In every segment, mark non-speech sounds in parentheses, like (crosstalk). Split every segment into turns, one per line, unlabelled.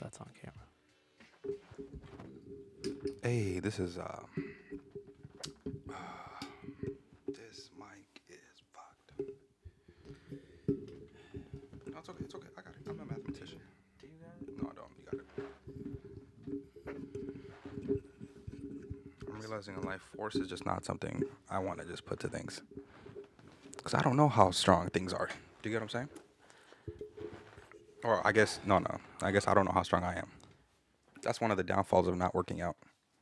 that's on camera.
Hey, this is uh, (sighs) this mic is fucked. No, it's okay. It's okay. I got it. I'm a mathematician.
Do you got
No, I don't. You got it. I'm realizing in life, force is just not something I want to just put to things, cause I don't know how strong things are. Do you get what I'm saying? Or I guess no, no. I guess I don't know how strong I am. That's one of the downfalls of not working out.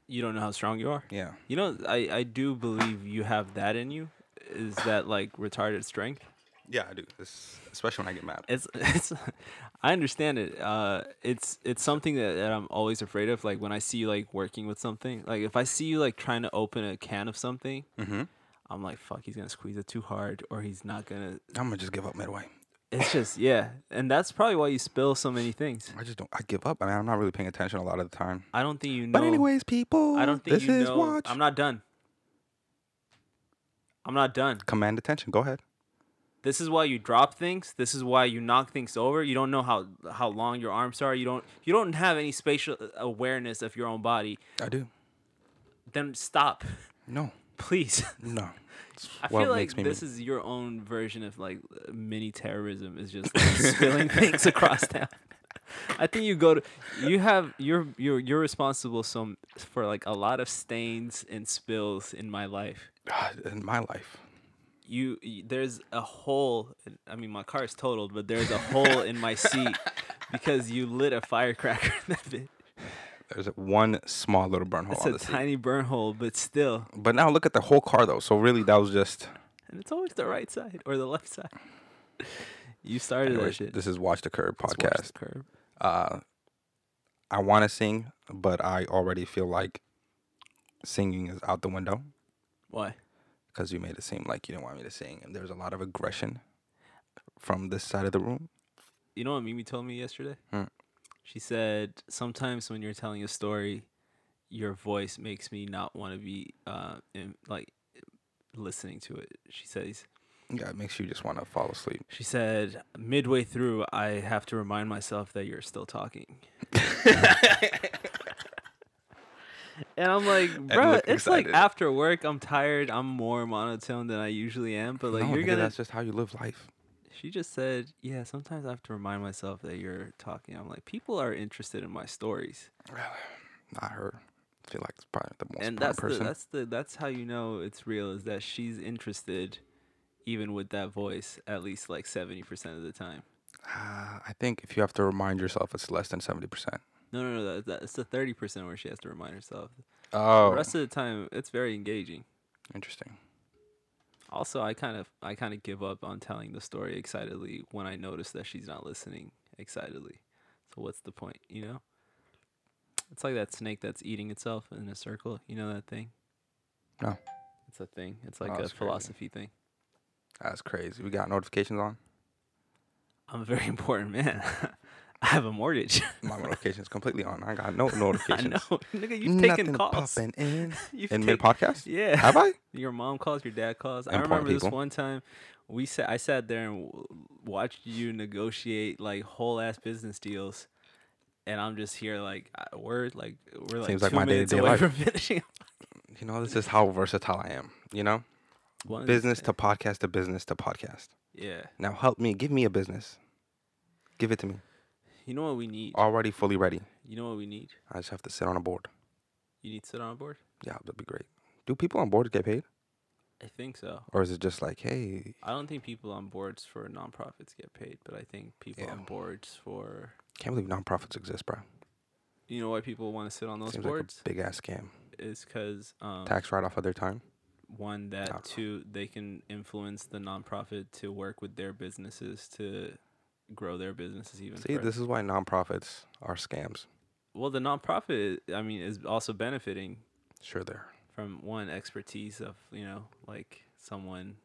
You don't know how strong you are.
Yeah.
You know, I I do believe you have that in you. Is that like retarded strength?
Yeah, I do. It's, especially when I get mad.
It's (laughs) it's. I understand it. Uh, it's it's something that, that I'm always afraid of. Like when I see you like working with something. Like if I see you like trying to open a can of something,
Mm-hmm.
I'm like, fuck, he's gonna squeeze it too hard, or he's not gonna.
I'm gonna just give up midway.
It's just yeah, and that's probably why you spill so many things.
I just don't. I give up. I mean, I'm not really paying attention a lot of the time.
I don't think you know.
But anyways, people,
I don't think
this
you
is
know.
watch.
I'm not done. I'm not done.
Command attention. Go ahead.
This is why you drop things. This is why you knock things over. You don't know how how long your arms are. You don't you don't have any spatial uh, awareness of your own body.
I do.
Then stop, (laughs)
No,
please.
no. It's
I
what
feel like
makes me
this
me.
is your own version of like mini terrorism. Is just like,
(laughs)
spilling things across town. (laughs) I think you go to you have you're you're you're responsible some for like a lot of stains and spills in my life.
in my life.
you y- there's a hole i mean my car is totaled but there's a hole in my seat
(laughs)
because you lit a firecracker in that bit.
There's one small little burn hole
it's
on
a
the seat.
tiny burn hole but still
But now look at the whole car though. So really, that was just.
and it's always the right side or the left side (laughs) you started that
Anyways,
shit
this is Watch the Curb
Let's watch the
podcast.
curb.
Uh, I want to sing, but I already feel like singing is out the window
why
because you made it seem like you didn't want me to sing, and there's a lot of aggression from this side of the room.
you know what mimi told me yesterday
Hmm.
she said sometimes when you're telling a story your voice makes me not want to be uh in, like listening to it she says
Yeah, it makes you just want to fall asleep.
She said, midway through, I have to remind myself that you're still talking. and I'm
(laughs)
like, bro,
look
it's like
excited.
after work, I'm tired, I'm more monotone than I usually am. But like,
no,
you're
nigga,
gonna.
that's just how you live life.
She just said, yeah, sometimes I have to remind myself that you're talking. I'm like, people are interested in my stories.
Not her. I feel like it's probably the most
and
proud
that's the,
person.
that's the that's how you know it's real is that she's interested even with that voice at least like 70% of the time
Uh, I think if you have to remind yourself, it's less than seventy percent.
no no no that, that, it's the 30% where she has to remind herself
Oh,
The rest of the time, it's very engaging.
interesting.
Also, I kind of I kind of give up on telling the story excitedly when I notice that she's not listening excitedly. So what's the point, you know? It's like that snake that's eating itself in a circle. You know that thing?
No.
It's a thing. It's like
Oh,
a
that's crazy.
philosophy thing.
That's crazy. We got notifications on.
I'm a very (laughs) important man. I have a mortgage. (laughs)
My notifications completely on. I got no
I
notifications.
know, nigga. You've taken
Nothing
calls.
popping in
(laughs) You've
in
taken-
mid
(laughs)
podcast.
Yeah.
Have I?
Your mom calls, your dad calls. I
Important
remember this
people.
one time we sat I sat there and w- watched you negotiate like whole ass business deals. And I'm just here like I- we're like we're like
Seems like
two
my
minutes
day-to-day
away
life.
from (laughs) finishing.
You know, this is how versatile I am. You know,
One of these
business
days.
to podcast to business to podcast.
Yeah.
Now help me. Give me a business. Give it to me.
You know what we need?
Already fully ready.
You know what we need?
I just have to sit on a board.
You need to sit on a board?
Yeah, that'd be great. Do people on boards get paid,
I think so.
or is it just like, hey,
I don't think people on boards for nonprofits get paid, but I think people
Yeah.
on boards for
can't believe nonprofits exist, bro?
you know why people want to sit on those
Seems
boards
like a big ass scam.
is because um,
Tax write off of their time.
one
don't know.
that two they can influence the nonprofit to work with their businesses to grow their businesses even
See,
further.
this is why nonprofits are scams.
well the nonprofit i mean is also benefiting
Sure, they're
from one expertise of you know like someone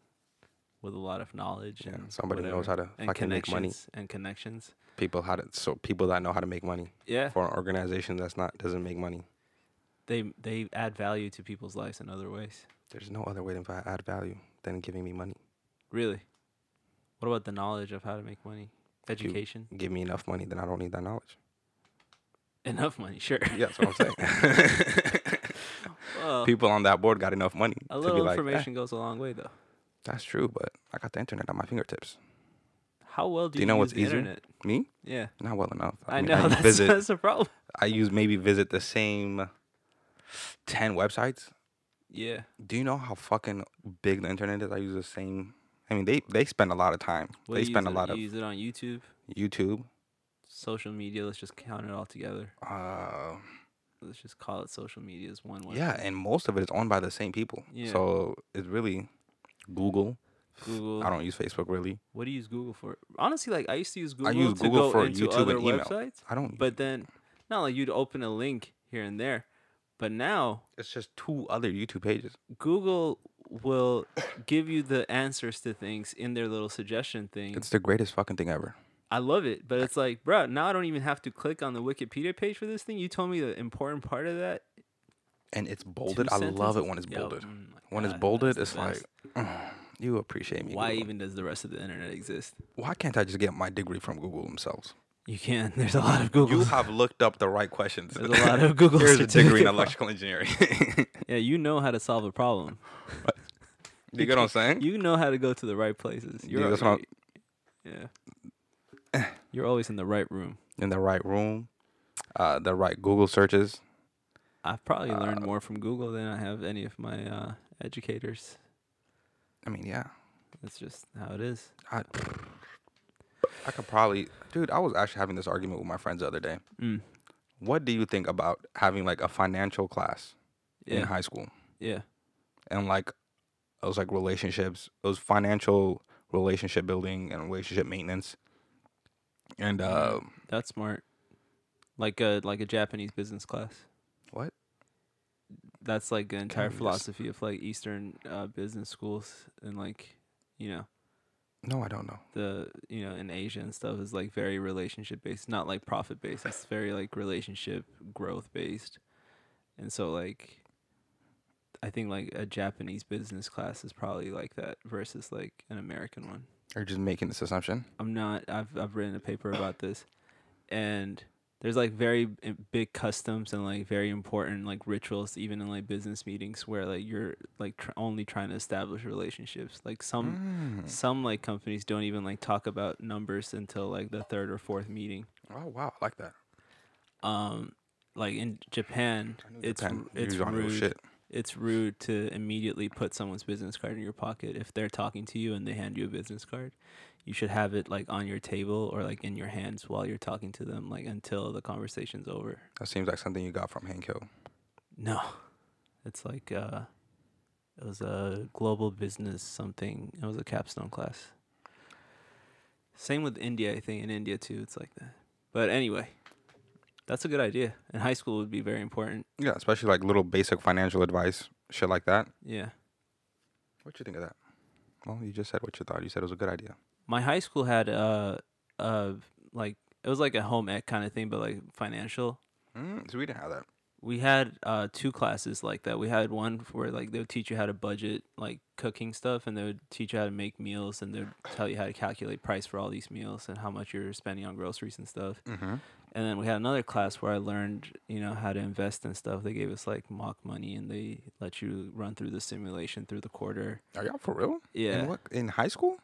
with a lot of knowledge
yeah.
and
Somebody knows how to
and
fucking make money.
connections- and connections
People how to so people that know how to make money
yeah
for an organization that's not doesn't make money.
they they add value to people's lives in other ways
There's no other way to va- add value than giving me money.
really what about the knowledge of how to make money education (laughs)
Give me enough money, then I don't need that knowledge.
Enough money,
(laughs)
sure. (laughs)
Yeah, that's what I'm saying.
Well,
People on that board got enough money
Uh, a
(laughs) to be
little
like, "Eh,
information goes a long way, though.
that's true, but I got the internet at my fingertips.
How well do,
Do you know
use
what's
the
easier?
internet?
Me?
Yeah,
Not well enough.
I,
mean,
(laughs) know that's,
visit.
that's a problem.
I use maybe visit the same ten websites.
Yeah,
Do you know how fucking big the internet is? I use the same. I mean, they they spend a lot of time.
What
they
do you
spend
use
a
it-
lot
you
of
use it on YouTube,
YouTube.
social media. Let's just count it all together.
Uh,
Let's just call it social media is one way.
yeah, and most of it is owned by the same people.
Yeah.
So it's really Google.
Google.
I don't use Facebook really.
What do you use Google for? Honestly, like I used to use Google.
I use
to
Google
go
for
into
YouTube
other
and email.
websites,
I don't.
but then not like you'd open a link here and there, but now
it's just two other YouTube pages.
Google will give you the answers to things in their little suggestion thing.
It's the greatest fucking thing ever.
I love it, but it's like, bruh, now I don't even have to click on the Wikipedia page for this thing. You told me the important part of that.
And it's
two
bolded. I love
sentences?
it when it's
Yo,
bolded.
mm, my
When it's
God,
bolded,
that's
it's
the
like
best.
"Mm, you appreciate me.
why
Google.
even does the rest of the internet exist?
Why can't I just get my degree from Google themselves?
You can. (laughs) There's a lot of Google.
(laughs) You have looked up the right questions.
There's a lot
(laughs)
of Google
Here's a degree
certificate
in
pro-
electrical engineering. (laughs)
(laughs) yeah, you know how to solve a problem.
you get what I'm saying?
You know how to go to the right places.
Yeah,
You're,
that's what
(laughs) yeah.
(laughs)
You're always in the right room.
in the right room, uh, the right Google searches.
I've probably
Uh,
learned more from Google than I have any of my uh, educators.
I mean, yeah.
That's just how it is.
I, I could probably, dude. I was actually having this argument with my friends the other day.
Mm.
What do you think about having like a financial class in
Yeah.
high school
Yeah.
and like it was like relationships, it was financial relationship building and relationship maintenance, and uh,
That's smart. Like a like a Japanese business class.
What?
That's like the entire
we just-
philosophy of like Eastern uh, business schools and like you know
no, I don't know.
the you know in Asia and stuff is like very relationship based, not like profit based. It's very like relationship growth based, and so like I think like a Japanese business class is probably like that versus like an American one.
You're just making this assumption.
I'm not. I've I've written a paper about this, and there's like very i- big customs and like very important like rituals even in like business meetings where like you're like tr- only trying to establish relationships. Like some
Mm.
some like companies don't even like talk about numbers until like the third or fourth meeting.
Oh wow, I like that.
Um, like in Japan,
I knew
it's
Japan
r- it's
used on your
rude. It's rude to immediately put someone's business card in your pocket if they're talking to you and they hand you a business card. You should have it like on your table or like in your hands while you're talking to them, like until the conversation's over.
That seems like something you got from Hank Hill.
No, it's like uh, it was a global business something. It was a capstone class. Same with India, I think. In India too, it's like that. But anyway, that's a good idea. In high school would be very important.
Yeah, especially like little basic financial advice, shit like that.
Yeah.
What you think of that? Well, you just said what you thought. You said it was a good idea.
my high school had uh uh like it was like a home ec kind of thing but like financial
Mm, so we didn't have that.
we had uh two classes like that we had one where like they would teach you how to budget like cooking stuff and they would teach you how to make meals and they would tell you how to calculate price for all these meals and how much you're spending on groceries and stuff
Mm-hmm.
and then we had another class where I learned, you know, how to invest and stuff. They gave us like mock money and they let you run through the simulation through the quarter.
Are y'all for real?
Yeah.
In what? In high school?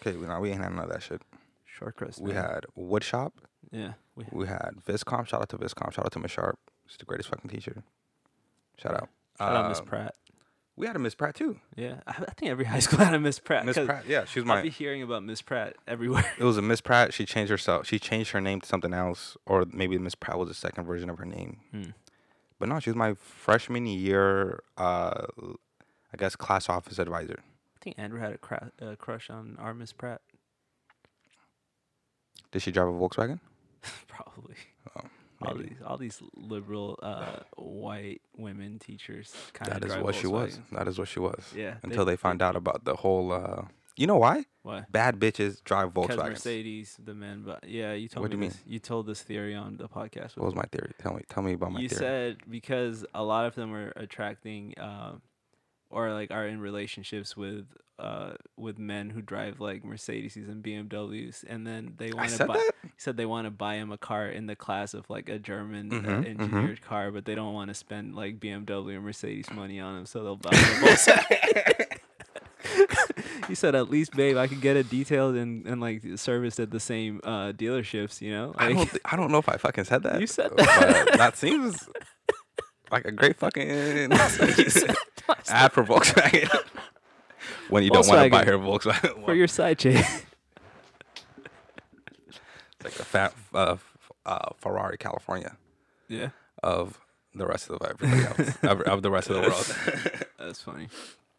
Okay, well, no, we ain't had none of that shit.
Short crust.
We
man.
had wood shop.
Yeah. We
We had Viscom. Shout out to Viscom. Shout out to Miss Sharp. She's the greatest fucking teacher. Shout out.
shout out Miss
Um,
Pratt.
We had a Miss Pratt too.
Yeah, I, I think every (laughs) high school had a Miss Pratt.
Miss
Uh, 'cause
Pratt. Yeah, she was
I'll
my.
be hearing about Miss Pratt everywhere.
It was a Miss Pratt. She changed herself. She changed her name to something else, or maybe Miss Pratt was a second version of her name. But no, she was my freshman year, uh, I guess, class office advisor.
I think Andrew had a cra- uh, crush on our Miss Pratt. (laughs)
Did she drive a Volkswagen?
Probably.
Oh,
all
maybe.
these all these liberal uh, white women teachers kind of
That is what she was. That is what she was.
Yeah.
Until they, found out about the whole. Uh, you know why?
why.
Bad bitches drive
Because
Volkswagens.
Mercedes, the men, but yeah, you told
What
me
do you
this. You told this theory on the podcast.
What was my theory? Tell me. Tell me about my
you
theory.
said because a lot of them are attracting um or like are in relationships with uh with men who drive like Mercedes and BMWs, and then they
I
want to
said
buy.
that.
He said they want to buy him a car in the class of like a German uh,
Mhm,
engineered car, but they don't want to spend like BMW or Mercedes money on him, so they'll buy
(laughs)
him a Volkswagen. (laughs) he said, "At least, babe, I could get it detailed and, and like serviced at the same uh, dealerships, you know."
I
Like,
don't. thi- I don't know if I fucking said that.
You said
that. that seems like a great fucking (laughs) ad for Volkswagen. (laughs) when you don't want to buy
Volkswagen.
her
(laughs)
Volkswagen,
for your side chick.
(laughs) it's like a fat uh, f- uh, Ferrari California
yeah,
of the rest of everybody else of, of the rest of the world.
that's funny.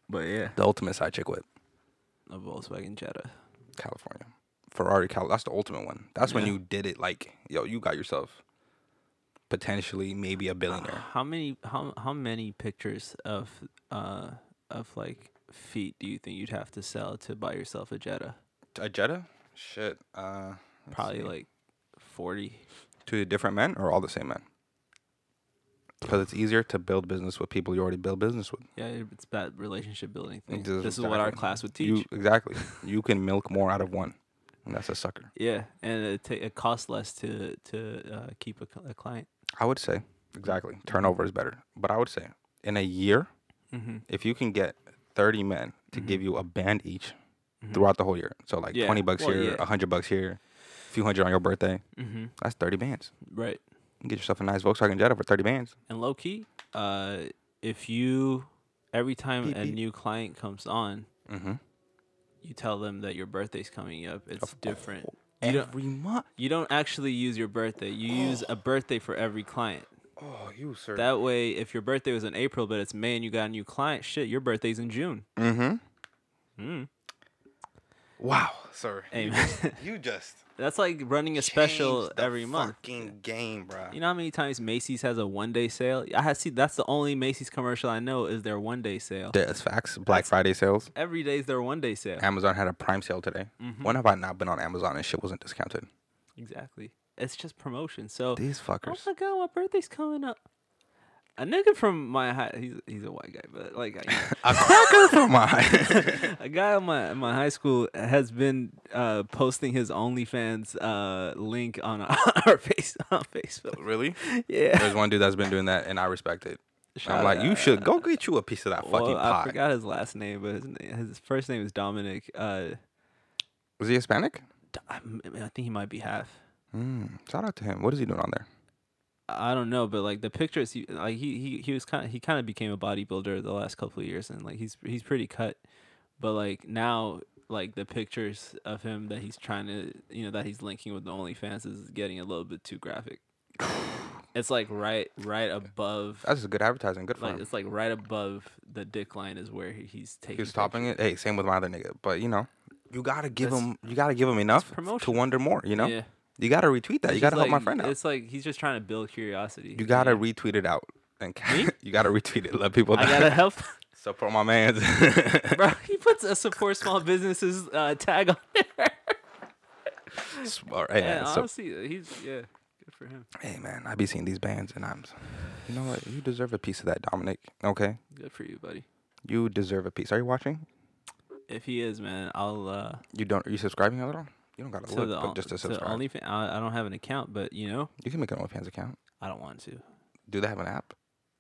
But yeah,
The ultimate side chick whip,
a Volkswagen Jetta.
California. Ferrari Cal. That's the ultimate one. That's when
Yeah.
you did it. Like yo, you got yourself potentially maybe a billionaire.
How many how how many pictures of uh of like feet do you think you'd have to sell to buy yourself (sighs) a Jetta?
A Jetta? Shit. Uh, let's
Probably
see.
like forty.
to different men or all the same men? Because it's easier to build business with people you already build business with.
Yeah, it's that relationship building thing.
It does-
This is what our
exactly.
class would teach.
You exactly. you can milk more out of one, and that's a sucker.
yeah, and it, ta- it costs less to to uh, keep a, cl- a client.
I would say exactly. Turnover is better, but I would say in a year,
Mm-hmm.
if you can get thirty men to give you a band each
Mm-hmm.
throughout the whole year, so like
Yeah.
twenty bucks
Well,
here,
yeah.
a hundred bucks here, a few hundred on your birthday,
Mm-hmm.
that's thirty bands.
Right.
You can get yourself a nice Volkswagen Jetta for thirty bands.
And low key, uh, if you every time
Beep,
a
beep.
new client comes on,
Mm-hmm.
you tell them that your birthday's coming up. It's different. You don't-
Every month.
You don't actually use your birthday. You use a birthday for every client.
Oh, you sir.
That way, if your birthday was in April, but it's May and you got a new client, shit, your birthday's in June.
mm-hmm.
Mm.
Wow, sir.
Hey,
You
man.
just- you just
That's like running a (laughs) special
changed the
every month.
Fucking game, bro.
You know how many times Macy's has a one day sale? I have see that's the only Macy's commercial I know is their one day sale.
That's facts. Black Friday sales.
Every day is their one day sale.
Amazon had a Prime sale today.
Mm-hmm.
When have I not been on Amazon and shit wasn't discounted?
Exactly. It's just promotion. So
These
Oh
fuckers.
my god, my birthday's coming up. A nigga from my high, he's he's a white guy, but like you know,
A cracker for my.
(laughs)
(laughs)
a guy in my in my high school has been uh, posting his OnlyFans uh, link on (laughs) our, our face on Facebook.
really?
Yeah,
There's one dude that's been doing that, and I respect it.
(laughs) Shout
I'm like, you
out.
should go get you a piece of that fucking
well, I
pie.
forgot his last name, but his, na- his first name is Dominic. Uh,
Was he Hispanic?
D- I m- I think he might be half.
Mm, shout out to him. What is he doing on there?
I don't know, but like the pictures, he, like he he he was kind of he kind of became a bodybuilder the last couple of years, and like he's he's pretty cut, but like now like the pictures of him that he's trying to you know that he's linking with the OnlyFans is getting a little bit too graphic. It's like right right above
That's just good advertising. Good for
like
him.
it's like right above the dick line is where he- he's taking.
He was topping it. Hey, same with my other nigga. But you know, you gotta give him. You gotta give him enough to
promotion.
wonder more. You know,
Yeah,
you gotta retweet that. You gotta help my friend out.
It's like he's just trying to build curiosity.
You gotta
know?
retweet it out. And
Me?
(laughs) you gotta retweet it. Let people know.
I gotta help, (laughs)
support my man's. (laughs)
bro. He puts a support small businesses uh, tag on there.
Support- hey,
Yeah,
man, so-
honestly, uh, he's yeah, good for him.
hey man, I be seeing these bands and I'm, s- you know what? You deserve a piece of that, Dominic. Okay,
Good for you, buddy.
you deserve a piece. Are you watching?
If he is, man, I'll uh
You don't? Are you subscribing at all? You don't gotta
to
look,
the
but just to subscribe.
only I, I don't have an account, but you know,
you can make an OnlyFans account.
I don't want to.
Do they have an app?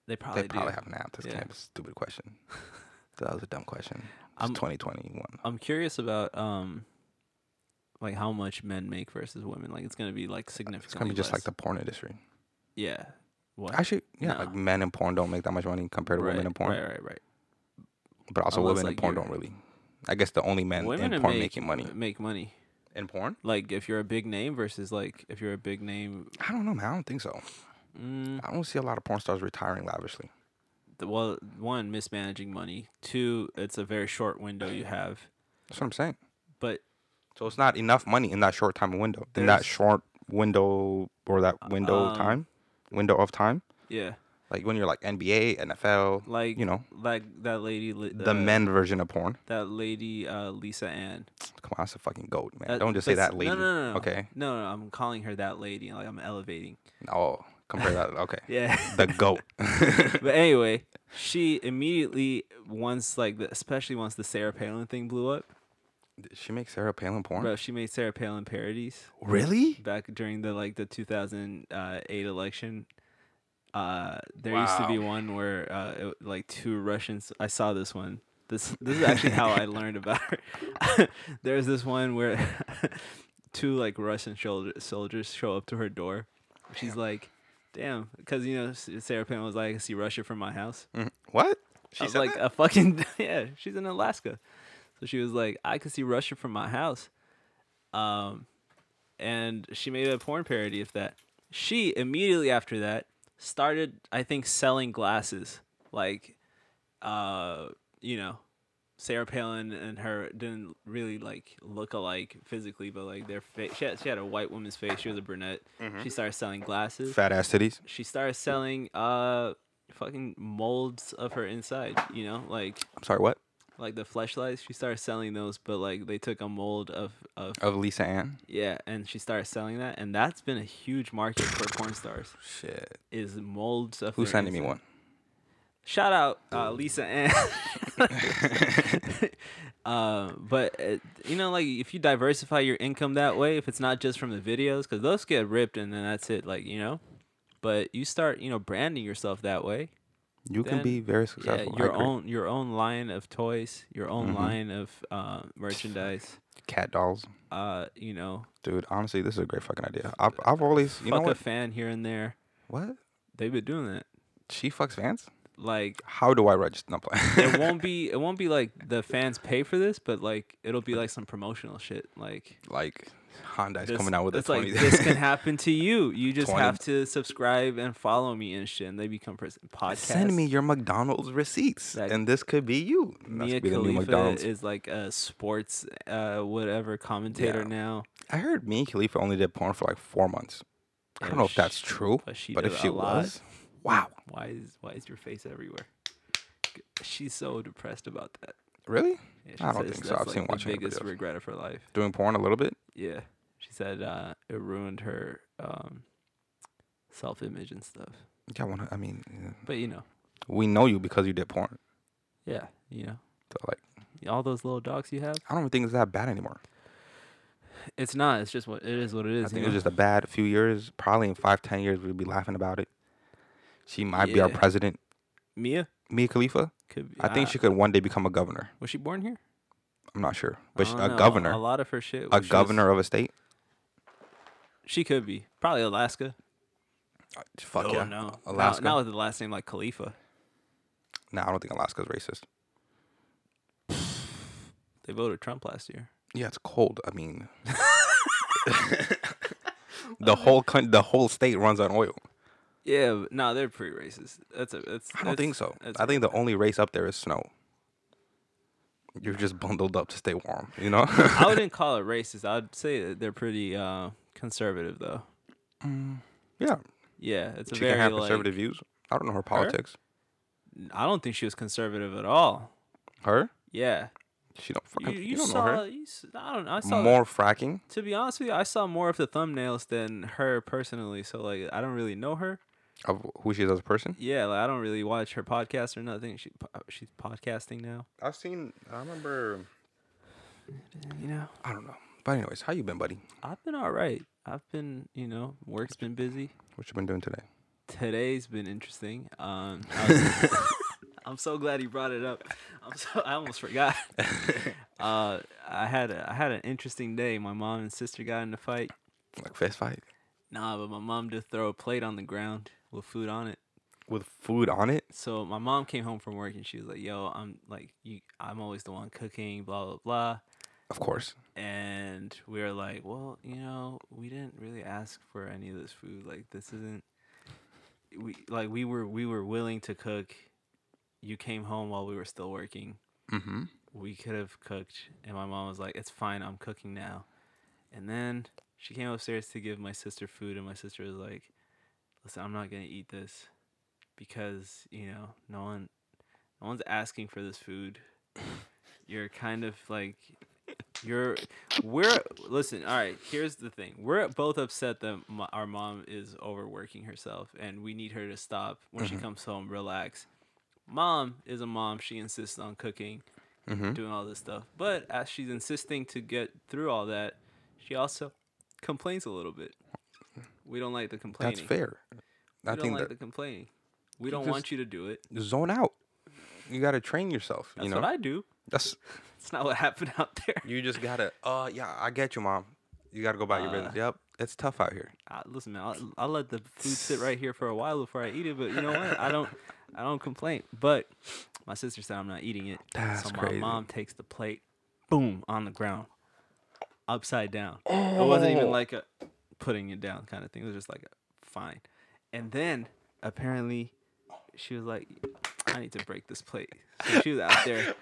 They probably,
they probably
do.
have an app. That's
Yeah.
kind of a stupid question. that was a dumb question. It's
I'm-
2021.
I'm curious about um like how much men make versus women. Like it's gonna be like significantly.
It's gonna be just like
less.
the porn industry.
yeah. What?
Actually, yeah,
No.
like men in porn don't make that much money compared to
right,
women in porn.
Right, right, right.
But also,
Unless,
women
like,
in porn
you're-
don't really. I guess the only men
women
in
are
porn
make- uh,
making money
Make money.
in porn.
Like if you're a big name versus like if you're a big name.
I don't know, man. I don't think so.
Mm,
I don't see a lot of porn stars retiring lavishly.
the- well, one mismanaging money. Two, it's a very short window you have.
That's what I'm saying.
But
So it's not enough money in that short time window. In
There's-
that short window or that window
um,
time, window of time,
yeah,
like when you're like NBA, NFL,
like
you know,
like that lady, li-
the
uh,
men version of porn.
that lady, uh, Lisa Ann.
Come on, that's a fucking goat, man.
That-
don't just say
that's-
that lady.
No, no, no, no.
Okay.
No, no, I'm calling her that lady. Like I'm elevating.
Oh,
(laughs)
Compare that. Okay.
Yeah.
The goat.
but anyway, she immediately once like the, especially once the Sarah Palin thing blew up,
(laughs) Did she makes Sarah Palin porn.
bro, she made Sarah Palin parodies
Really?
back during the like the 2008 election. Uh, there used to be one where uh, it, like two Russians. I saw this one. This this is actually how I learned about her. (laughs) There's this one where (laughs) two like Russian soldier, soldiers show up to her door. She's like, "Damn," because you know S- Sarah Palin was like, "I can see Russia from my house."
Mhm. What?
I
She's
was like a fucking (laughs) yeah. She's in Alaska, so she was like, I could see Russia from my house. Um, and she made a porn parody of that. She immediately after that started, I think, selling glasses. Like, uh, you know, Sarah Palin and her didn't really like look alike physically, but like their face. She had, she had a white woman's face. She was a brunette. She started selling glasses
fat ass titties.
she started selling uh fucking molds of her inside you know like
I'm sorry. What?
like the fleshlights she started selling those but like they took a mold of of
Of Lisa Ann.
yeah and she started selling that and that's been a huge market for porn stars
Shit.
is molds of
Who
their
sent me
inside.
one?
shout out uh,
(laughs)
lisa ann (laughs) uh, but uh, you know like if you diversify your income that way if it's not just from the videos because those get ripped and then that's it like you know but you start you know branding yourself that way
You can
Then-
be very
yeah,
successful. I
your
agree.
own your own line of toys, your own
Mhm.
line of uh, merchandise.
cat dolls.
Uh, you know,
Dude, honestly, this is a great fucking idea. I've, I've always, you know
fuck a
what?
fan here and there.
What?
They've been doing that.
She fucks fans? (laughs)
Like
How do I register? No, play.
it won't be it won't be like the fans pay for this, but like it'll be like some promotional shit. Like
(laughs) like, Honda's
this-
coming out with a
it's like
20.
this
(laughs)
can happen to you. You just
20.
have to subscribe and follow me and shit. And they become pres- podcast.
Send me your McDonald's receipts,
That-
and this could be you. And That's
Mia
be the new
Khalifa
McDonald's.
is like a sports uh whatever commentator
Yeah.
now.
I heard Mia Khalifa only did porn for like four months. I don't know if
If
that's
she-
true,
but she
but
did
if
a
she
lot.
was, wow,
Why is why is your face everywhere? G- She's so depressed about that.
really?
Yeah,
I don't think so.
that's,
I've seen watching
the
her
biggest
videos.
regret of her life.
Doing porn a little bit?
Yeah, she said uh, it ruined her um, self image and stuff.
Yeah, one, I mean, yeah.
But you know,
we know you because you did porn.
yeah, you know,
So like,
all those little dogs you have,
I don't even think it's that bad anymore.
it's not. It's just what it is. What it
I
is. you
think it was
know?
just a bad few years. Probably in five, ten years, we'd be laughing about it. She might be our
Yeah.
president.
Mia
Mia Khalifa.
could. Be, uh,
I think she could one day become a governor.
was she born here.
I'm not sure, but
I
she,
don't
a
know. A
governor,
lot of her shit.
a
was- she was-
governor of a state.
she could be probably Alaska.
Uh, Fuck
oh
yeah,
no,
Alaska.
Now, now with the last name like Khalifa,
Nah, I don't think Alaska's racist.
they voted Trump last year.
Yeah, it's cold. I (laughs) mean, the whole coun- the whole state runs on oil.
Yeah, but no, they're pretty racist. That's a that's.
I don't think
that's-
so.
(laughs) that's
I think the only race up there is snow. You're just bundled up to stay warm, you know. (laughs)
I wouldn't call it racist. I'd say that they're pretty uh, conservative, though.
yeah,
Yeah, it's a
she
very
can have
like-
conservative views. I don't know her politics.
I don't think she was conservative at all.
Her?
Yeah,
She don't
you,
fucking.
you,
You, don't
saw.
know her.
You, s- I don't. know. I saw.
More fracking.
To be honest with you, I saw more of the thumbnails than her personally. So like, I don't really know her.
of who she is as a person.
Yeah, like I don't really watch her podcast or nothing. She po- she's podcasting now.
I've seen. I remember.
You know,
I don't know. But anyways, how you been, buddy?
I've been all right. I've been, you know, work's been busy.
What you been doing today?
today's been interesting.
(laughs)
Um, I was- I'm so glad you brought it up. I'm so I almost forgot. Uh, I had a, I had an interesting day. My mom and sister got in a fight.
(laughs) Like fist fight
Nah, but my mom did throw a plate on the ground with food on it.
with food on it.
So my mom came home from work and she was like, "Yo, I'm like you. I'm always the one cooking. Blah blah blah."
Of course.
And we were like, "Well, you know, we didn't really ask for any of this food. Like this isn't we like we were we were willing to cook. You came home while we were still working.
Mm-hmm.
We could have cooked." And my mom was like, "It's fine. I'm cooking now." And then she came upstairs to give my sister food and my sister was like, "Listen, I'm not going to eat this because, you know, no one no one's asking for this food. You're kind of like You're we're listen. All right, here's the thing. We're both upset that m our mom is overworking herself, and we need her to stop when she comes home, relax. Mom is a mom. She insists on cooking, doing all this stuff. But as she's insisting to get through all that, she also complains a little bit. We don't like the complaining.
That's fair. I
We don't
think
like
that
the complaining. We don't want you to do it.
zone out. You gotta train yourself.
That's
you know,
what I do.
that's
It's not what (laughs) happened out there.
you just gotta. Uh, yeah, I get you, mom. You gotta go about your
Uh.
business. Yep, it's tough out here.
I, listen, man, I'll, I'll let the food sit right here for a while before I eat it. But you know what? I don't, I don't complain. But my sister said I'm not eating it,
That's
so my
crazy.
mom takes the plate, boom, on the ground, upside down. It wasn't
Oh.
even like a putting it down kind of thing. It was just like a fine. And then apparently, she was like, "I need to break this plate." So she was out
(laughs)
there.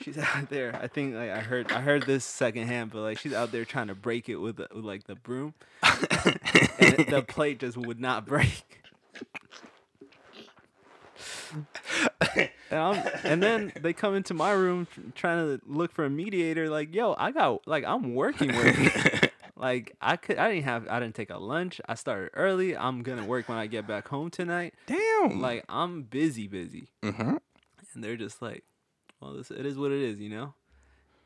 She's out there. I think like I heard I heard this secondhand, but like she's out there trying to break it with, the, with like the broom (laughs) and it- the plate just would not break. and, I'm, and then they come into my room tr- trying to look for a mediator. Like, yo, I got like I'm working with.
(laughs)
you." like I could, I didn't have, I didn't take a lunch. I started early. I'm gonna work when I get back home tonight.
Damn.
Like I'm busy, busy.
Mhm.
And they're just like, well, this it is what it is, you know.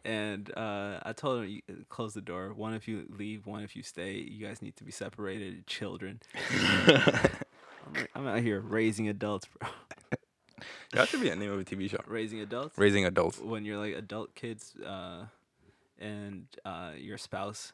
And uh, I told them, "You- close the door. One if you leave, one if you stay. You guys need to be separated, children. I'm, like, I'm out here raising adults, bro.
(laughs)
(laughs)
that should be a name of a TV show.
raising adults.
Raising adults.
when you're like adult kids, uh, and uh, your spouse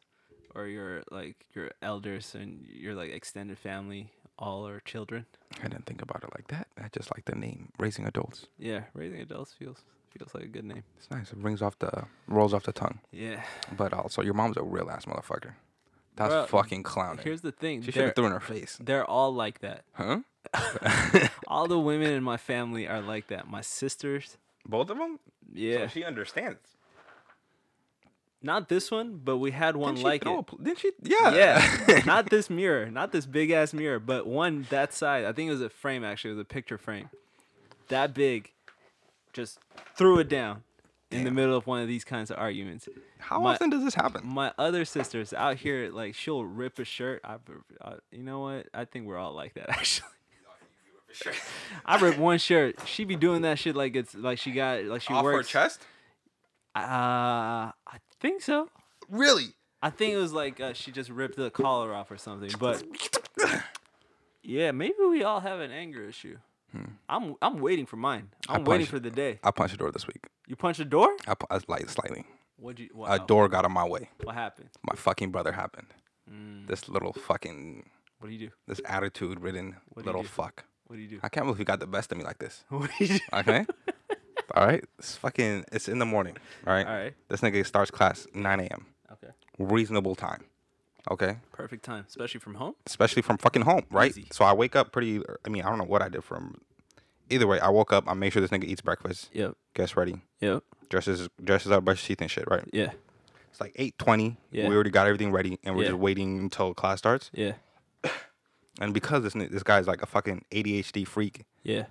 or your like your elders and your like extended family all are children.
I didn't think about it like that. I just like the name, Raising Adults.
Yeah, raising adults feels feels like a good name.
It's nice. It rings off the rolls off the tongue.
Yeah.
But also, your mom's a real ass motherfucker. That's
Bruh,
fucking clowning.
Here's the thing.
she should
they're-
have threw in her face.
They're all like that.
Huh?
All the women in my family are like that. My sisters,
Both of them?
yeah,
she understands.
not this one, but we had one
Didn't she
like
throw
it.
a pl- didn't she? Yeah. (laughs)
Yeah, not this mirror, not this big ass mirror, but one that size. I think it was a frame actually, it was a picture frame, that big, just threw it down in the
Damn.
middle of one of these kinds of arguments.
How
My-
often does this happen?
My other sisters out here, like she'll rip a shirt. I, I you know what? I think we're all like that (laughs)
(laughs)
actually. I rip one shirt. She be doing that shit like it's like she got like she
Off
works.
her chest?
Uh, I think so.
Really?
I think it was like uh, she just ripped the collar off or something. But yeah, maybe we all have an anger issue. I'm I'm waiting for mine. I'm waiting
punched-
for the day.
(laughs) I punched a door this week.
You punch a door?
I, pu- I light slightly.
What you?
A
What, oh,
door got on my way.
what happened?
My fucking brother happened. This little fucking,
What do you do?
this attitude ridden
do you
little
do?
fuck.
What do you do?
I can't believe he got the best of me like this.
(laughs) What do you do?
Okay. all right. It's fucking. It's in the morning. All right.
All right.
This nigga starts class 9 a.m.
Okay.
Reasonable time. Okay.
Perfect time, especially from home.
Especially from fucking home, right?
Easy.
So I wake up pretty. I mean, I don't know what I did from. Either way, I woke up. I make sure this nigga eats breakfast.
Yep.
Gets ready.
Yep.
Dresses dresses up, brushes teeth and shit. Right.
Yeah.
It's like 8:20.
Yeah.
We already got everything ready, and we're
Yeah.
just waiting until class starts.
Yeah.
And because this ni- this guy's like a fucking ADHD freak,
Yeah.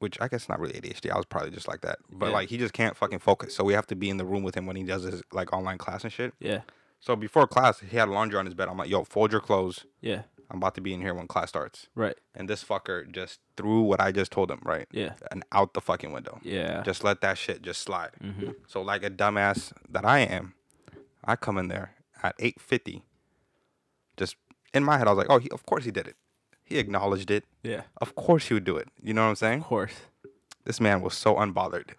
which I guess not really ADHD. I was probably just like that. But
Yeah.
like he just can't fucking focus. So we have to be in the room with him when he does his like online class and shit.
Yeah.
So before class, he had laundry on his bed. I'm like, yo, fold your clothes.
Yeah.
I'm about to be in here when class starts.
Right.
And this fucker just threw what I just told him, right?
Yeah.
And out the fucking window.
Yeah. Mm. Mm-hmm.
Just let that shit just slide. So like a dumbass that I am, I come in there at 8:50. Just in my head, I was like, oh, he, of course he did it. He acknowledged it.
yeah.
Of course he would do it. You know what I'm saying?
Of course.
this man was so unbothered.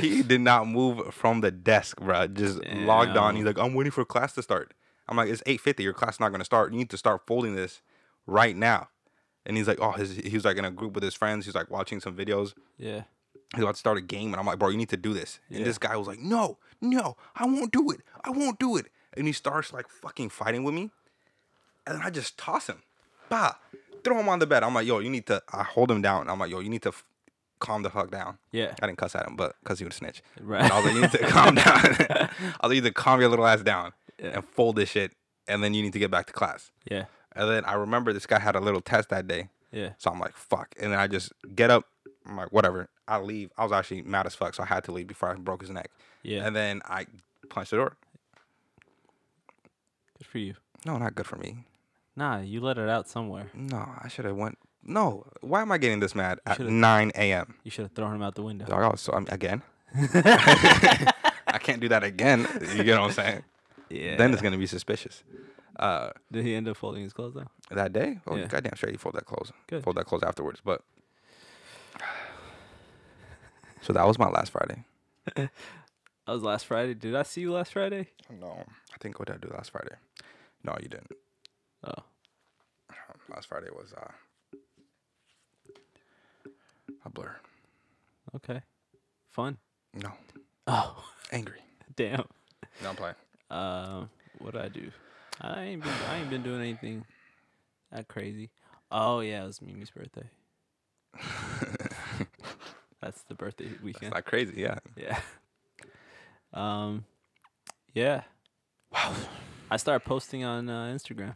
he did not move from the desk, bro. Just logged on. He's like, I'm waiting for class to start. I'm like, it's 8:50. Your class not gonna start. You need to start folding this right now. And he's like, oh, his, he was like in a group with his friends. He's like watching some videos.
Yeah.
He's about to start a game, and I'm like, bro, you need to do this. And this guy was like, no, no, I won't do it. I won't do it. And he starts like fucking fighting with me. And then I just toss him. Bah. Throw him on the bed. I'm like, yo, you need to. I hold him down. I'm like, yo, you need to f- calm the fuck down.
Yeah.
I didn't cuss at him, but because he would snitch.
Right.
But I was like, you need to calm down. (laughs) I was like, you need to calm your little ass down and fold this shit. And then you need to get back to class.
Yeah.
And then I remember this guy had a little test that day.
Yeah.
So I'm like, fuck. And then I just get up. I'm like, whatever. I leave. I was actually mad as fuck, so I had to leave before I broke his neck.
Yeah,
And then I punched the door.
good for you.
No, not good for me.
Nah, you let it out somewhere.
No, I should have went. No, why am I getting this mad at
should've-
9 a.m.?
You should have thrown him out the window.
Dog, I was "Oh, so I'm,
(laughs)
again. (laughs) I can't do that again. You get what I'm saying?
(laughs) Yeah.
Then it's gonna be suspicious. Uh,
Did he end up folding his clothes though?
that day, oh
Yeah.
goddamn, straight he fold that clothes.
Good.
Fold that clothes afterwards. But (sighs) so that was my last Friday.
That was last Friday. Did I see you last Friday?
No, I think what did I do last Friday? No, you didn't.
Oh,
Last Friday was uh, a blur.
okay. Fun.
No,
Oh,
angry.
(laughs) damn.
No, I'm playing.
Uh, what I do? I ain't been I ain't been doing anything that crazy. Oh yeah, it was Mimi's (laughs) birthday. That's the birthday
It's
weekend.
not crazy. Yeah.
yeah. Um, yeah.
Wow.
I started posting on uh, Instagram.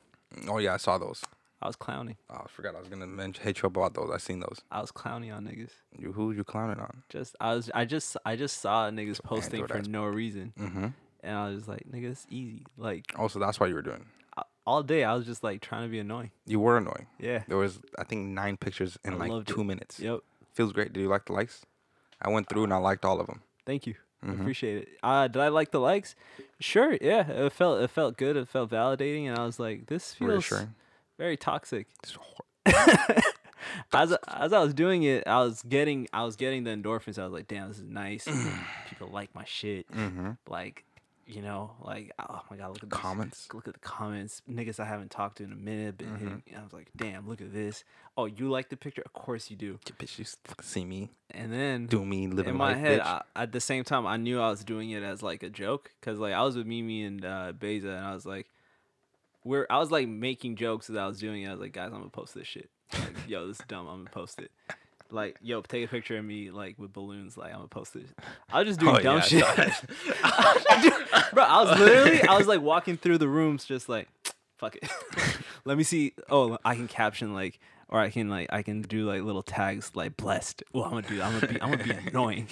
Oh yeah, I saw those.
I was clowning.
Oh, I forgot I was gonna mention hit you up about those. I seen those.
I was clowning on niggas.
You who you clowning on?
Just I was I just I just saw niggas posting
Android
for
ass-
no reason,
Mm-hmm.
and I was just like, nigga, it's easy. Like
Also, Oh, that's why you were doing.
I- all day, I was just like trying to be annoying.
You were annoying.
Yeah.
There was I think nine pictures in
I
like
loved it.
two minutes.
Yep.
Feels great. Did you like the likes? I went through and I liked all of them.
Thank you. I
Mhm.
appreciate it. Uh, did I like the likes? Sure. Yeah. It felt it felt good. It felt validating, and I was like, this feels
Reassuring.
very toxic.
It's hor-
(laughs) As as I was doing it, I was getting I was getting the endorphins. I was like, damn, this is
(clears throat)
nice. People like my shit.
Mm.
Like, you know, like oh my god, look at this.
Comments.
Look at the comments. Niggas I haven't talked to in a minute. Been
Mm-hmm.
hitting, and I was like, damn, look at this. Oh, you like the picture? Of course you do.
You bitch, you s- fucking see me,
And then
do me, living
in my
life,
head
bitch.
I, at the same time i knew i was doing it as like a joke because like i was with mimi and uh beza and i was like we're i was like making jokes as i was doing it i was like guys i'm gonna post this shit like yo this is dumb i'm gonna post it like yo take a picture of me like with balloons like i'm gonna post it i was just doing
Oh,
dumb
yeah, I
shit (laughs)
saw that.
bro i was literally i was like walking through the rooms just like fuck it (laughs) let me see oh i can caption like or i can like i can do like little tags like blessed well i'm gonna do i'm gonna be i'm gonna be
(laughs)
annoying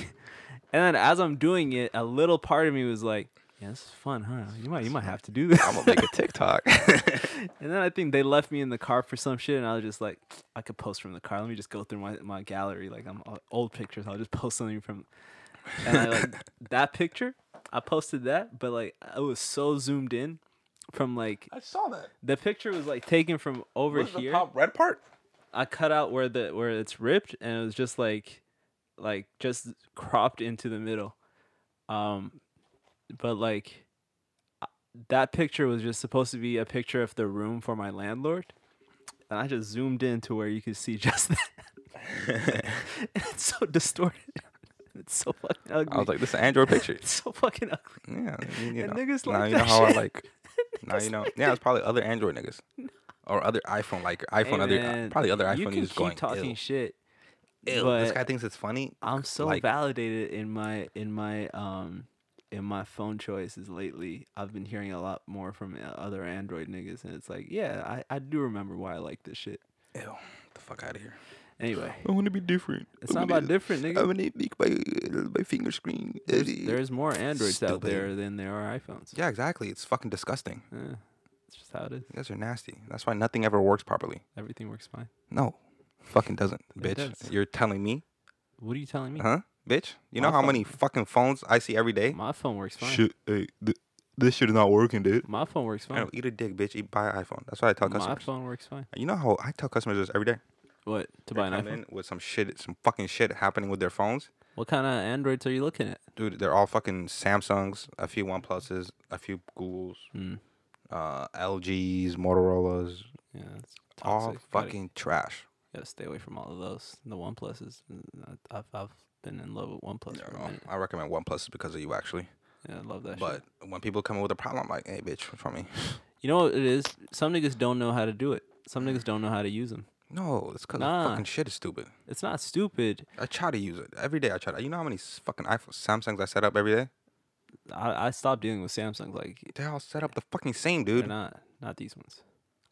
and then as i'm doing it a little part of me was like yeah this is fun huh you might you might have to do this
I'm gonna make a
(laughs)
TikTok. (laughs)
and then i think they left me in the car for some shit and i was just like i could post from the car let me just go through my, my gallery like i'm uh, old pictures i'll just (laughs) post something from and I like that picture. I posted that, but like it was so zoomed in from like
I saw that.
the picture was like taken from over
Where's
here.
the top red part?
I cut out where the where it's ripped, and it was just like like just cropped into the middle. Um, but like I- that picture was just supposed to be a picture of the room for my landlord. And I just zoomed in to where you could see (laughs) just
(laughs)
that. and it's so distorted. (laughs) It's so fucking ugly.
I was like, this is an Android picture.
It's so fucking ugly.
Yeah, you, you
And
know.
niggas
now
like
you know
that
how
shit.
I
(laughs)
like. now you know. Yeah, it's probably other Android niggas, or other iPhone like iPhone other
man,
probably other
you
iPhone
can
users
keep
going.
talking
Ew,
shit.
ew,
but
this guy thinks it's funny.
I'm so
like-
validated in my in my um in my phone choices lately. I've been hearing a lot more from uh, other Android niggas, and it's like, yeah, I, I do remember why I like this shit.
Ew, get the fuck out of here.
Anyway,
I want to be different.
it's not about different niggas.
want to make my my finger screen.
There's more Androids out
Stupid.
there than there are iPhones.
Yeah, exactly. It's fucking disgusting.
Eh, it's just how it is.
You guys are nasty. That's why nothing ever works properly.
Everything works fine.
No, fucking doesn't, bitch.
does.
You're telling me,
What are you telling me?
huh, bitch? You know
My
how
phone-
many fucking phones I see every day?
My phone works fine.
Shit, hey, th- this shit is not working, dude.
My phone works
I
fine.
know, eat a dick, bitch. Eat, buy an iPhone. That's what I tell
Oh. My
customers.
phone works fine.
You know how I tell customers this every day.
What to buy an
Come
iPhone?
in with some shit, some fucking shit happening with their phones,
What kind of Androids are you looking at?
dude. They're all fucking Samsungs, a few OnePluses, a few Googles,
Mm.
uh, LGs, Motorolas,
Yeah, it's
all
toxic. Gotta-
fucking trash.
Gotta stay away from all of those. The OnePluses. mm, I- I've, I've been in love with OnePlus for a
No,
minute.
I recommend OnePlus because of you, actually.
Yeah, I love that
But
shit.
when people come in with a problem, I'm like, hey, bitch, for me. (laughs)
You know what it is? Some niggas don't know how to do it. Some niggas don't know how to use them.
No, it's because
Nah.
the fucking shit is stupid.
It's not stupid.
I try to use it every day. I try to. You know how many s- fucking iPhone Samsungs I set up every day?
I, I stopped dealing with Samsung. Like,
They all set up the fucking same,
they're
dude.
not, not these ones.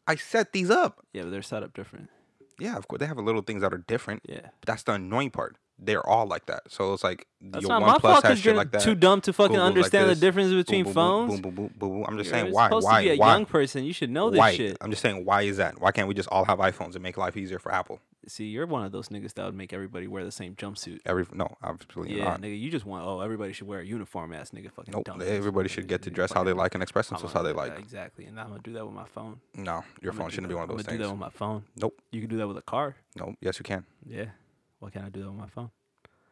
I set these up.
Yeah, but they're set up different.
Yeah, of course they have little things that are different.
Yeah.
But that's the annoying part. they're all like that. So it's like
That's
your
not
one
my
plus
fault
has
because
shit
you're
like that.
too dumb to fucking
Google's like
understand
this.
the differences between
Boom, boom, boom,
phones.
Boom, boom, boom, boom. I'm just
You're
saying why,
supposed
why,
to be a
why,
young person. You should know this
why?
shit.
I'm just saying why is that? Why can't we just all have iPhones and make life easier for Apple?
See, you're one of those niggas that would make everybody wear the same jumpsuit.
Every no, obviously
Yeah,
not.
nigga, you just want oh everybody should wear a uniform ass nigga fucking.
Nope.
dumb ass
Everybody
nigga,
should get to
nigga,
dress how they
fucking-
like and express
I'm
themselves how
gonna
they
do that,
like.
Exactly, and I'm gonna do that with my phone.
No, your
I'm gonna do
phone shouldn't
that-
be one of those
I'm gonna
things.
do that with my phone.
Nope.
You can do that with a car.
Nope. Yes, you can
Yeah. Why can't I do that with my phone?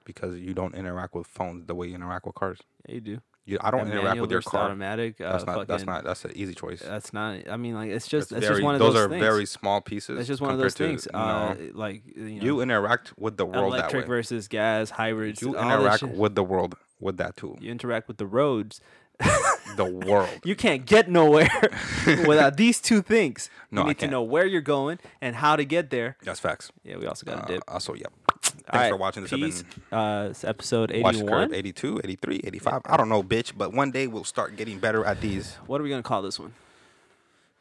because you don't interact with phones the way you interact with cars.
Yeah, you do.
You, I don't
That
interact
manual
with your
versus
car.
Automatic. Uh,
That's not. That's
fucking-
not. That's an easy choice.
That's not. I mean, like it's just.
That's
It's
very-
just one of
those,
those,
are
things.
very small pieces.
It's just one of those
compared
things.
to, you
uh,
know,
like you, know,
you interact with the world that
electric
way.
versus gas hybrids.
You
all that
interact
shit.
with the world with that tool.
you interact with the roads.
The
(laughs)
world.
You can't get
(laughs)
nowhere without these two things.
No, I
you need
can't.
to know where you're going and how to get there.
That's facts.
Yeah, we also got a
Uh,
dip.
also, yeah. Thanks
All right,
for watching this. I've
Peace.
been
Uh, it's episode
watching
81.
Curve 82, 83, 85. I don't know, bitch, but one day we'll start getting better at these.
What are we gonna call this one?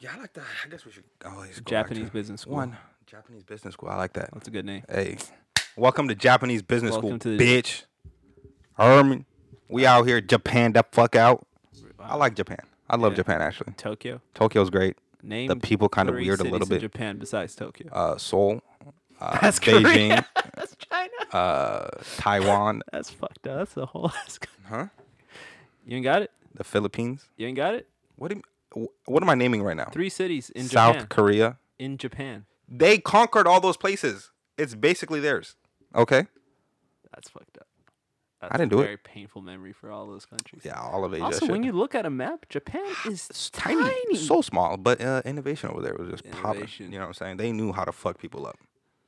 Yeah, I like that. I guess we should always Oh, go back to
Japanese business school.
one Japanese business school. I like that.
That's a good name.
Hey, welcome to Japanese business
Welcome
school,
to the-
bitch. Herman, we out here Japan the fuck out. I
Wow.
like Japan. I love
Yeah.
Japan actually.
Tokyo.
Tokyo's great.
Name
The people kind of
three
weird a
cities
little
in
bit.
Japan besides Tokyo.
Uh, Seoul, uh,
(laughs) That's
Beijing,
Korea. That's China.
uh, Taiwan,
That's fucked up. That's the whole ass. co-
huh?
You ain't got it.
The Philippines.
You ain't got it.
What? Am, wh- what am I naming right now?
Three cities in
South
Japan.
Korea.
in Japan.
They conquered all those places. It's basically theirs. Okay.
That's fucked up. That's
didn't
a
do it.
very painful memory for all those countries.
Yeah, all of Asia.
also,
shit.
when you look at a map,
(sighs)
Japan is tiny.
so small, but uh, innovation over there was just popping. You
Innovation.
know what I'm saying? They knew how to fuck people up.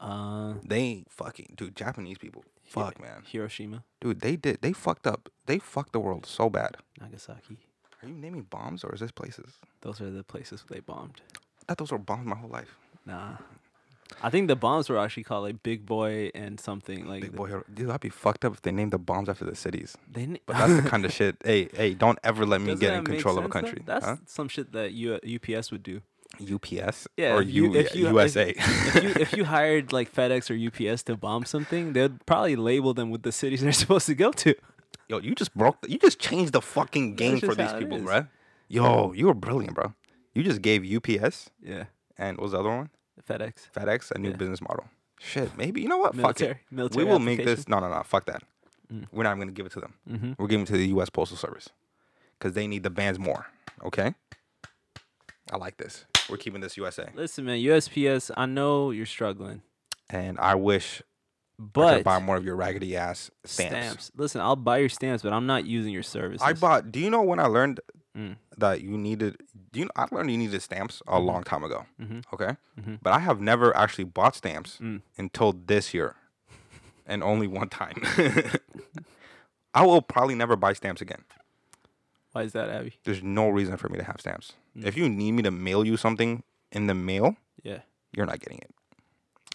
uh,
They fucking dude, Japanese people. Fuck man,
Hiroshima,
dude, they did. They fucked up. They fucked the world so bad.
Nagasaki.
Are you naming bombs or is this places?
Those are the places they bombed.
I thought those were bombs my whole life.
Nah. I think the bombs were actually called like Big Boy and something like.
Big
th-
boy, hero- dude, I'd be fucked up if they named the bombs after the cities.
They didn't-
But
(laughs)
that's the kind of shit. Hey, hey, don't ever let me
Doesn't
get
that
in
make
control of a
sense, though?
country.
That's
huh?
some shit that U- UPS would do.
UPS
Yeah,
or
if you-
U-
if you- if-
USA.
If you, if you hired like FedEx or UPS to bomb something, they'd probably label them with the cities they're (laughs) supposed to go to.
(laughs) Yo, you just broke. The, you just changed the fucking game for
just
these
how it
people,
is.
bruh. Yo, you were brilliant, bro. You just gave UPS
Yeah,
and what was the other one?
FedEx.
FedEx a new
Yeah.
business model. Shit, maybe you know what? Uh, Fuck
Military-
it.
military
we will make this.
application.
No, no, no. Fuck that.
Mm.
We're not even gonna give it to them.
Mm-hmm.
We're giving it to the U.S. Postal Service because they need the vans more. Okay. I like this. We're keeping this USA,
Mm-hmm. Listen, man, USPS. I know you're struggling,
and I wish I
but
could buy more of your raggedy ass stamps.
Listen, I'll buy your stamps, but I'm not using your services.
I bought. Do you know when I learned
Mm. Mm-hmm.
that you needed? Do you? I learned you needed stamps a long time ago.
Mhm.
Okay,
Mhm.
but I have never actually bought stamps
Mm.
until this year, and only one time. (laughs) I will probably never buy stamps again.
Why is that, Abby?
There's no reason for me to have stamps.
Mm.
If you need me to mail you something in the mail,
Yeah,
you're not getting it.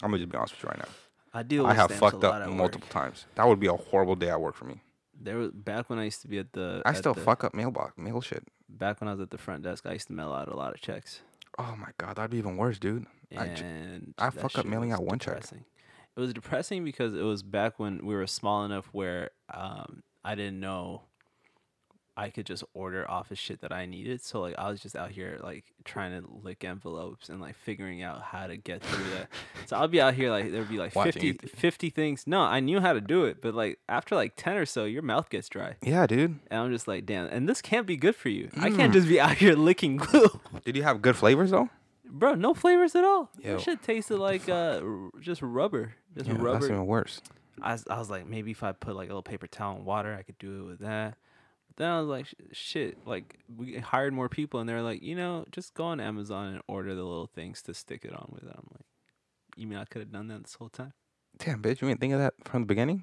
I'm gonna just be honest with you right now.
I deal. With
I have
stamps
fucked
a lot
up
at
multiple
Work.
times. That would be a horrible day at work for me.
There was back when I used to be at the.
I
at
still
the-
fuck up mailbox mail shit.
Back when I was at the front desk, I used to mail out a lot of checks,
Oh my god, that'd be even worse, dude. I j-
and
I
that
fuck up
shit
mailing
was
out one check.
depressing. It was depressing because it was back when we were small enough where um, I didn't know I could just order office shit that I needed. So like I was just out here like trying to lick envelopes and like figuring out how to get through that. so I'll be out here like there'd be like
Watching
50, 50 things. No, I knew how to do it, but like after like ten or so, your mouth gets dry,
Yeah, dude.
and I'm just like, damn. And this can't be good for you. I
Mm.
can't just be out here (laughs) licking glue.
Did you have good flavors though?
Bro, no flavors at all.
Yo,
That shit tasted like uh, r- just rubber, just
Yeah, That's
rubber.
even worse.
I was, I was like, maybe if I put like a little paper towel and water, I could do it with that. But then I was like, sh- shit, like we hired more people, and they're like, you know, just go on Amazon and order the little things to stick it on with. And I'm like, you mean I could have done that this whole time?
Damn, bitch, you didn't think of that from the beginning?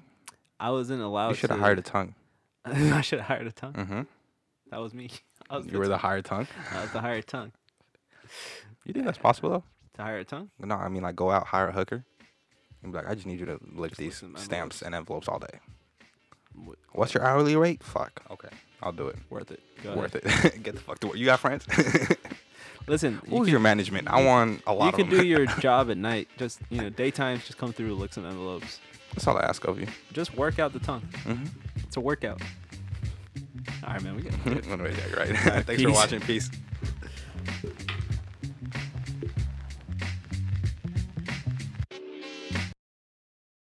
I wasn't allowed.
you should have
to-
hired a tongue.
(laughs) I should have hired a tongue.
Mm-hmm.
That was me. (laughs) I was
You were the hired tongue.
I was the hired tongue.
You think that's possible though?
To hire a tongue.
No, I mean like go out hire a hooker. And be like, I just need you to lick
Just
these
lick them
stamps and envelopes all day.
W-
What's your hourly rate? Fuck. Okay, I'll do it.
Worth it. Go
Worth it. (laughs) Get the fuck to work. You got friends? (laughs)
it. Listen, you
Who's your management? I want a lot
you
of
can
them. (laughs)
do your job at night. Just you know, daytime, just come through, lick some envelopes.
That's all I ask of you.
Just work out the tongue.
Mm-hmm.
It's a workout. All right, man. We got
Mm-hmm. right. (laughs) Thanks for
peace.
watching. Peace.